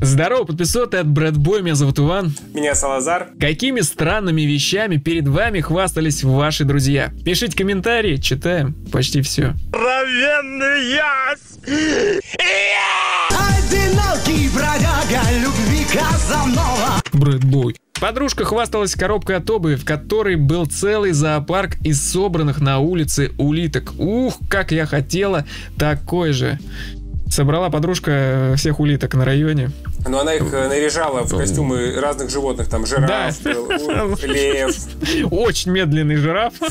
Здорово, подписоты от Брэдбой, меня зовут Иван. Меня Салазар. Какими странными вещами перед вами хвастались ваши друзья? Пишите комментарии, читаем почти все. Откровенный яс! Одинокий бродяга любви Казанова Брэдбой. Подружка хвасталась коробкой от обуви, в которой был целый зоопарк из собранных на улице улиток. Ух, как я хотела такой же. Собрала подружка э, всех улиток на районе. Но она их э, наряжала в костюмы разных животных, там жираф, Да. э, у- лев. Очень медленный жираф.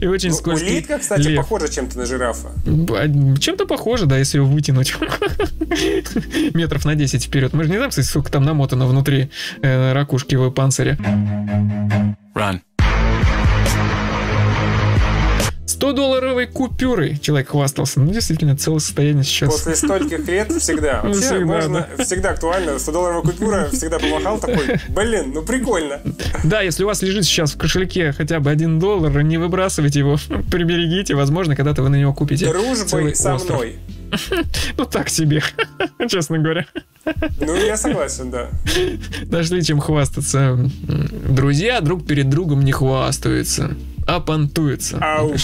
И очень Ну, скользкий. Улитка, кстати, лев. похожа чем-то на жирафа. Б- Чем-то похоже, да, если его вытянуть метров на 10 вперед. Мы же не знаем, кстати, сколько там намотано внутри э, ракушки его панциря. 100-долларовой купюрой человек хвастался. Ну, действительно, целое состояние сейчас. После стольких лет всегда. Вообще, Ну, всегда, можно, всегда актуально. 100-долларовая купюра всегда помахал такой. Блин, ну прикольно. Да, если у вас лежит сейчас в кошельке хотя бы 1 доллар, не выбрасывайте его, приберегите. Возможно, когда-то вы на него купите целый Дружбой со остров. мной. Ну, так себе, честно говоря. Ну, я согласен, да. Нашли чем хвастаться. Друзья друг перед другом не хвастаются, а понтуются. Ау.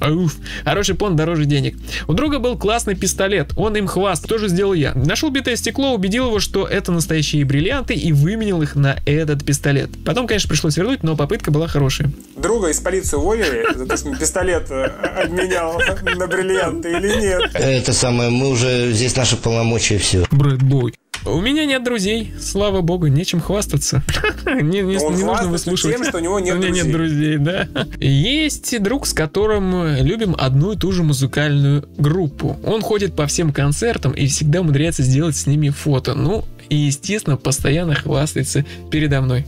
Ауф. Хороший понт дороже денег. У друга был классный пистолет. Он им хваст. Тоже сделал я. Нашел битое стекло, убедил его, что это настоящие бриллианты и выменил их на этот пистолет. Потом, конечно, пришлось вернуть, но попытка была хорошая. Друга из полиции уволили за то, что он пистолет э, обменял на бриллианты или нет. Это самое, мы уже, здесь наши полномочия все. Брэдбой. У меня нет друзей. Слава богу, нечем хвастаться. Не, не- Он не нужно хвастается выслушивать. тем, что у него нет У меня нет друзей, друзей. да. Есть друг, с которым любим одну и ту же музыкальную группу. Он ходит по всем концертам и всегда умудряется сделать с ними фото. Ну, и, естественно, постоянно хвастается передо мной.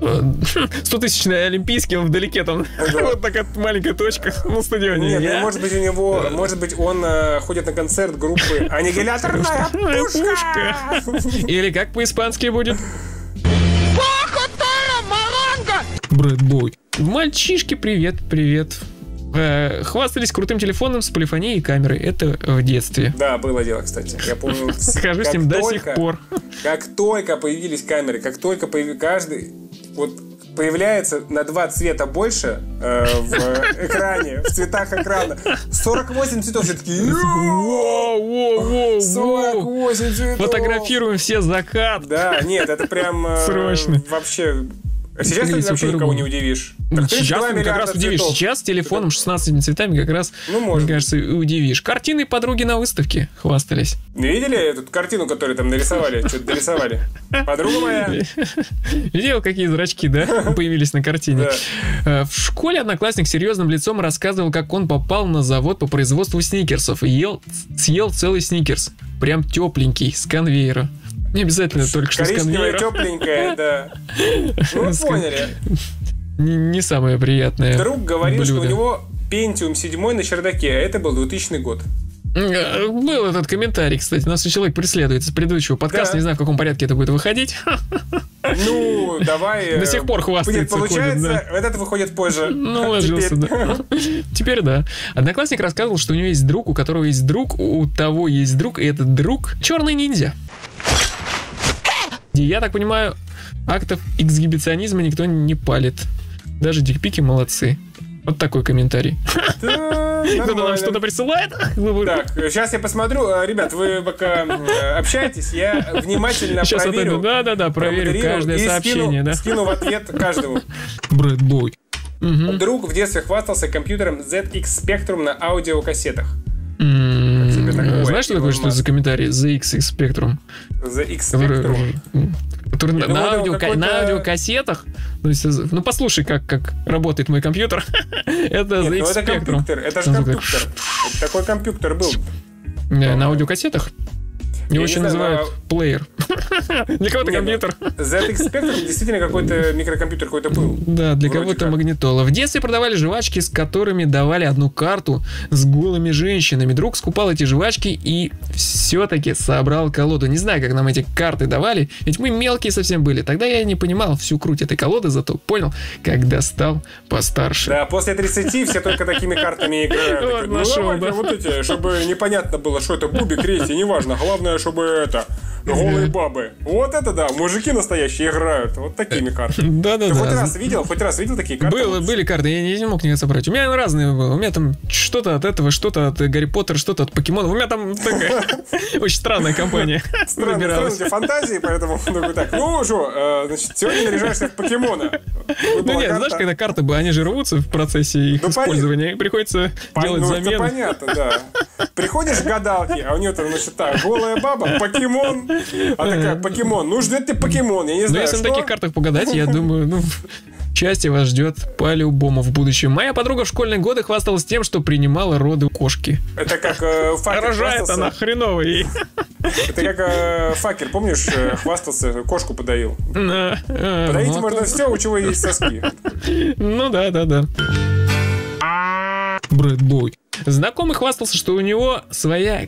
Э, Стотысячный Олимпийский, он вдалеке там. Вот такая маленькая точка на стадионе. Нет, Я- ну, может быть, у него, может быть, он э, ходит на концерт группы «Аннигиляторная пушка». Или как по-испански будет? Брэдбой. Мальчишки, привет, привет. Э, Хвастались крутым телефоном с полифонией и камерой. Это в детстве. Да, было дело, кстати. Я помню, Скажу с как ним до только- сих пор. Как только появились камеры, как только появи- каждый вот появляется на два цвета больше э, в э, экране, в цветах экрана. 48 цветов все такие. «Ё! Воу, воу, воу, воу. 48 цветов. Фотографируем все закат. Да, нет, это прям э, Срочно. вообще. А Сейчас ты Выглядит вообще никого по-другому. не удивишь. Так Сейчас 32 ты как миллиарда раз удивишь. цветов. Сейчас с телефоном 16 цветами как раз, Ну, мне может. кажется, и удивишь. Картины подруги на выставке хвастались. Видели эту картину, которую там нарисовали? Что-то дорисовали. Подруга моя. Э, Видел, какие зрачки, да, появились на картине? Э, В школе одноклассник серьезным лицом рассказывал, как он попал на завод по производству сникерсов и ел, съел целый сникерс. Прям тепленький, с конвейера. Не обязательно только что с Коричневая, конвейера. тепленькая, да. Ну, вы С кон- поняли. Н- Не самое приятное Друг говорил, что у блюдо. него Pentium 7 на чердаке, а это был 2000 год. Э, Был этот комментарий, кстати. Нас человек преследует с предыдущего подкаста. Да. Не знаю, в каком порядке это будет выходить. Ну, давай... э, До сих пор хвастается, Нет, получается, ходит, вот это выходит позже. А Ну, Теперь. ложился, да. Теперь да. Одноклассник рассказывал, что у него есть друг, у которого есть друг, у того есть друг, и этот друг черный ниндзя. И Я так понимаю, актов эксгибиционизма никто не палит. Даже дикпики молодцы. Вот такой комментарий. Да, Кто-то нам нормально. что-то присылает. Ну, вы- Так, сейчас я посмотрю. Э, Ребят, вы пока э, общаетесь, я внимательно Сейчас проверю. отойду. Да-да-да, проверю промодерирую каждое и скину- сообщение, да. скину в ответ каждому. Брэдбой. Друг в детстве хвастался компьютером ZX Spectrum на аудиокассетах. тебе такое, М-м-м. Знаешь, что Илон такое, что Маск? за комментарий? ZX Spectrum. ZX Spectrum. который, м, который на, думал, на ну, это аудио- какой-то- на аудиокассетах. то есть, ну, послушай, как, как работает мой компьютер. это Нет, ZX ну это Spectrum. компьютер, это же Он такой, компьютер. Это Такой компьютер был. Да, на аудиокассетах. Я Его не еще знаю, ну, а называют плеер. Для кого-то Не, ну, компьютер. ZX Spectrum действительно какой-то микрокомпьютер какой-то был. Да, для вроде кого-то как. магнитола. В детстве продавали жвачки, с которыми давали одну карту с голыми женщинами. Друг скупал эти жвачки и все-таки собрал колоду. Не знаю, как нам эти карты давали, ведь мы мелкие совсем были. Тогда я не понимал всю круть этой колоды, зато понял, когда стал постарше. Да, после 30 все только такими картами играют. Вот Такой, Ну, нашел, давайте да. вот эти, чтобы непонятно было, что это бубик, рейси, неважно. Главное, чтобы это... Голые бабы. Вот это да, мужики настоящие играют. Вот такими картами. Ты хоть Да-да-да. раз видел, хоть раз видел такие карты? Ну Было, были карты, я не, не мог никогда собрать. У меня разные было. У меня там что-то от этого, что-то от Гарри Поттера, что-то от покемонов. У меня там такая очень странная компания Странно, странно, у выбиралась. тебя фантазии, поэтому он такой, так, ну что, э, значит, сегодня наряжаешься в покемона. Ну нет, знаешь, когда карты, бы, они же рвутся в процессе их Ну, понятно. использования, и приходится делать ну, это замены. понятно, да. Приходишь к гадалке, а у нее там, значит, так, голая баба, покемон. А такая, покемон, ну ждет ты покемон, я не Но знаю, Ну, если на что. таких картах погадать, я думаю, ну... Счастье вас ждет по-любому в будущем. Моя подруга в школьные годы хвасталась тем, что принимала роды у кошки. Это как э, факер Рожает хвастался. она хреново ей. Это как э, факер, помнишь, э, хвастался, кошку подоил. Да, э, Подоить молоко. можно все, у чего есть соски. Ну да, да, да. Брэд Бой. Знакомый хвастался, что у него своя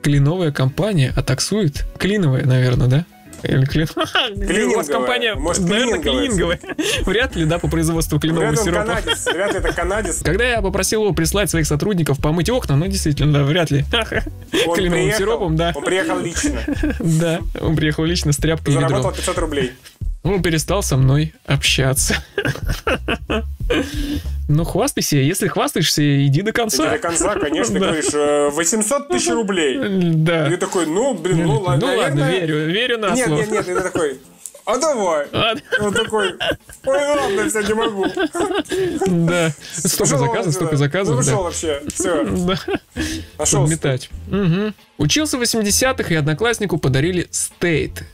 кленовая компания, а таксует клиновая, наверное, да? Или клин... У вас Клининговая. компания, Может, наверное, клининговая. клининговая. Вряд ли, да, по производству кленового Вряд ли он сиропа. канадец, вряд ли это канадец. Когда я попросил его прислать своих сотрудников помыть окна, ну, действительно, да, вряд ли. Он Кленовым приехал, сиропом, да. Он приехал лично, Да, он приехал лично с тряпкой и ведром. заработал 500 рублей. Он Ну, перестал со мной общаться. Ну, хвастайся. Если хвастаешься, иди до Ты конца. до конца, конечно, Да. говоришь, э, 800 тысяч рублей. Да. И ты такой, ну, блин, ну Ну ладно, ладно, наверное. верю. Верю на Нет, слово. нет, нет, и ты такой, а давай. А, Он такой, ой, ладно, все, не могу. Да. Столько Пошел заказов, он столько сюда. Ну, заказов. пошел да. вообще, все, Да. нашел. Метать. Мгм. Учился в 80-х, и однокласснику подарили стейт.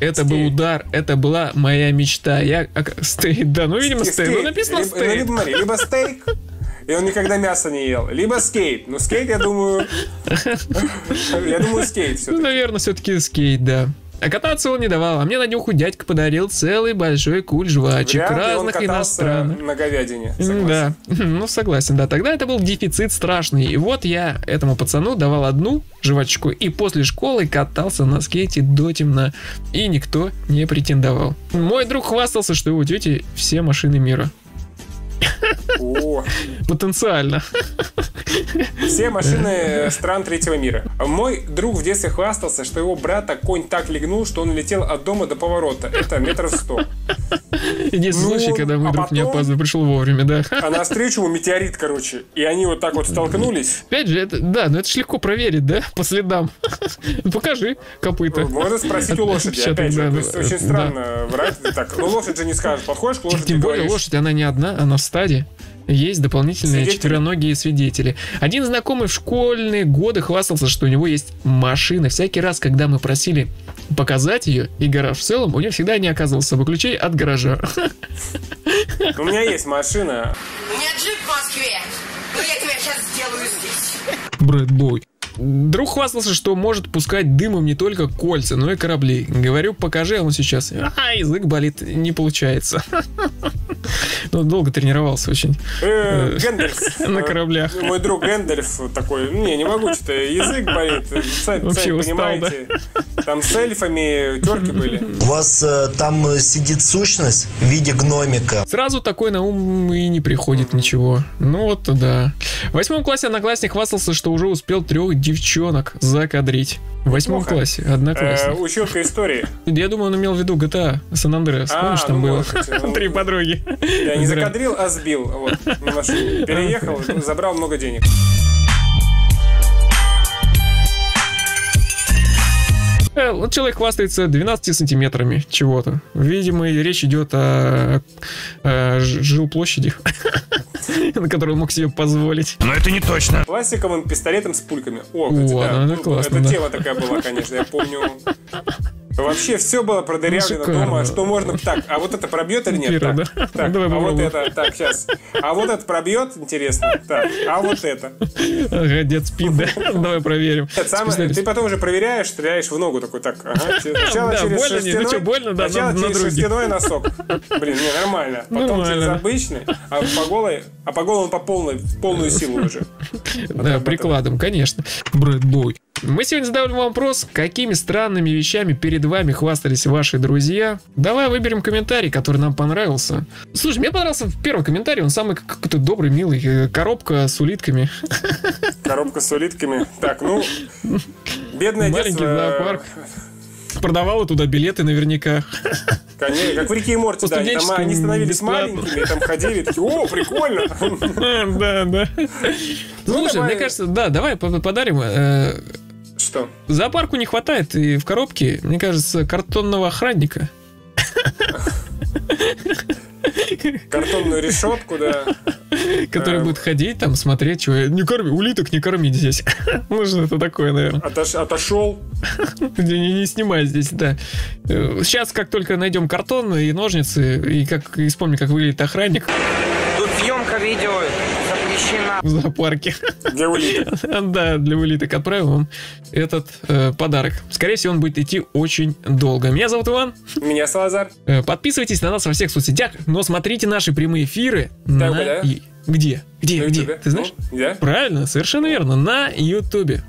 Это был Стейт. удар, это была моя мечта. Я ак- стейт, да, ну видимо стейт, ну написано Либо- ну, стейт. либо, смотри, либо стейк, и он никогда мясо не ел. Либо скейт. Ну, скейт, я думаю... Я думаю, скейт все Ну, наверное, все-таки скейт, да. А кататься он не давал, а мне на днюху дядька подарил целый большой куль жвачек он разных катался иностранных. на говядине. М, согласен. Да, ну согласен, да. Тогда это был дефицит страшный. И вот я этому пацану давал одну жвачку и после школы катался на скейте до темна. И никто не претендовал. Мой друг хвастался, что его тети все машины мира. О, Потенциально. все машины э, стран третьего мира. Мой друг в детстве хвастался, что его брата конь так легнул, что он летел от дома до поворота. Это метров сто. Единственный Ну, случай, когда мой а друг не потом- опаздывал, пришел вовремя, да. А навстречу ему метеорит, короче. И они вот так вот столкнулись. Опять же, это, да, но это же легко проверить, да, по следам. Покажи копыта. Ну, Можно спросить у лошади, Отпечаток, опять же. да, ну, э, То есть да, очень да. странно врать. Так, ну лошадь же не скажет. Подходишь к лошади, Тем более говоришь, лошадь, она не одна, она в стаде. Есть дополнительные Свидетели. четвероногие свидетели. Один знакомый в школьные годы хвастался, что у него есть машина. Всякий раз, когда мы просили показать ее и гараж в целом, у него всегда не оказывалось с собой ключей от гаража. У меня есть машина. У меня джип в Москве. Но я тебя сейчас сделаю здесь. Брэд Бой. Друг хвастался, что может пускать дымом не только кольца, но и корабли. Говорю, покажи, а он сейчас. А, язык болит, не получается. Ну, долго тренировался очень Э, Гэндальф. на Э, кораблях. Мой друг Гэндальф такой, не, не могу, что-то язык болит, сами, Вообще сами устал, понимаете. Там с эльфами терки были. У вас э, там э, сидит сущность в виде гномика. Сразу такой на ум и не приходит ничего. Ну вот да. В восьмом классе одноклассник хвастался, что уже успел трех девчонок закадрить. В восьмом Неплохо. классе Э, одноклассник. Училка истории. Я думаю, он имел в виду GTA San Andreas. А, Помнишь, там ну, было может быть, он- три подруги. Я не Зря. закадрил, а сбил. Вот, на машине. Переехал, забрал много денег. Э, Вот человек хвастается 12 сантиметрами чего-то. Видимо, и речь идет о, о ж- жилплощади, на которую он мог себе позволить. Но это не точно. Классиковым пистолетом с пульками. О, О, да. ну, это Ну, классно, эта да. тема такая была, конечно, я помню. Вообще все было продырявлено Ну, шикарно. дома, что можно так. А вот это пробьет или нет? Кира, так, да? так, Давай а вот попробуем. это, так, сейчас. А вот это пробьет, интересно. Так, а вот это. Ага, дед спит, да? Давай проверим. Это самое- Специалист. ты потом уже проверяешь, стреляешь в ногу такой, так, ага, че- сначала Да, через больно не, ну шерстяной, чё, больно, да, сначала на- на через друге. шерстяной носок. Блин, не, нормально. Потом через Нормально. обычный, а по голой, а по голой он по полной, в полную силу уже. Да, прикладом, конечно. Брэд Бой. Мы сегодня задавали вам вопрос, какими странными вещами перед вами хвастались ваши друзья. Давай выберем комментарий, который нам понравился. Слушай, мне понравился первый комментарий, он самый какой-то добрый, милый. Э, Коробка с улитками. Коробка с улитками. Так, ну, Бедное Маленький детство, зоопарк. Продавала туда билеты наверняка. Конечно, как в Рике и Морти, По да. и Там студенческому они становились бесплатно. маленькими, и там ходили, и такие, о, прикольно. Да, да. Слушай, давай. мне кажется, да, давай по- подарим. э, Что? Зоопарку не хватает и в коробке, мне кажется, картонного охранника. Картонную решетку, да. Который Эм. будет ходить там, смотреть, чего. Не корми, улиток не кормить здесь. Ну, что-то такое, наверное. Отош- Отошел. Не, не- не снимай здесь, да. Э, Сейчас, как только найдем картон и ножницы, и как и вспомни, как выглядит охранник Тут съемка видео запрещена. в зоопарке. Для улиток. Да, для улиток отправим вам этот э, подарок. Скорее всего, он будет идти очень долго. Меня зовут Иван. Меня Салазар. Э, Подписывайтесь на нас во всех соцсетях, но смотрите наши прямые эфиры на... угадаю. и- Где? Где? На Где? Ютубе. Ты знаешь? Ну, Да. Правильно, совершенно верно, на Ютубе.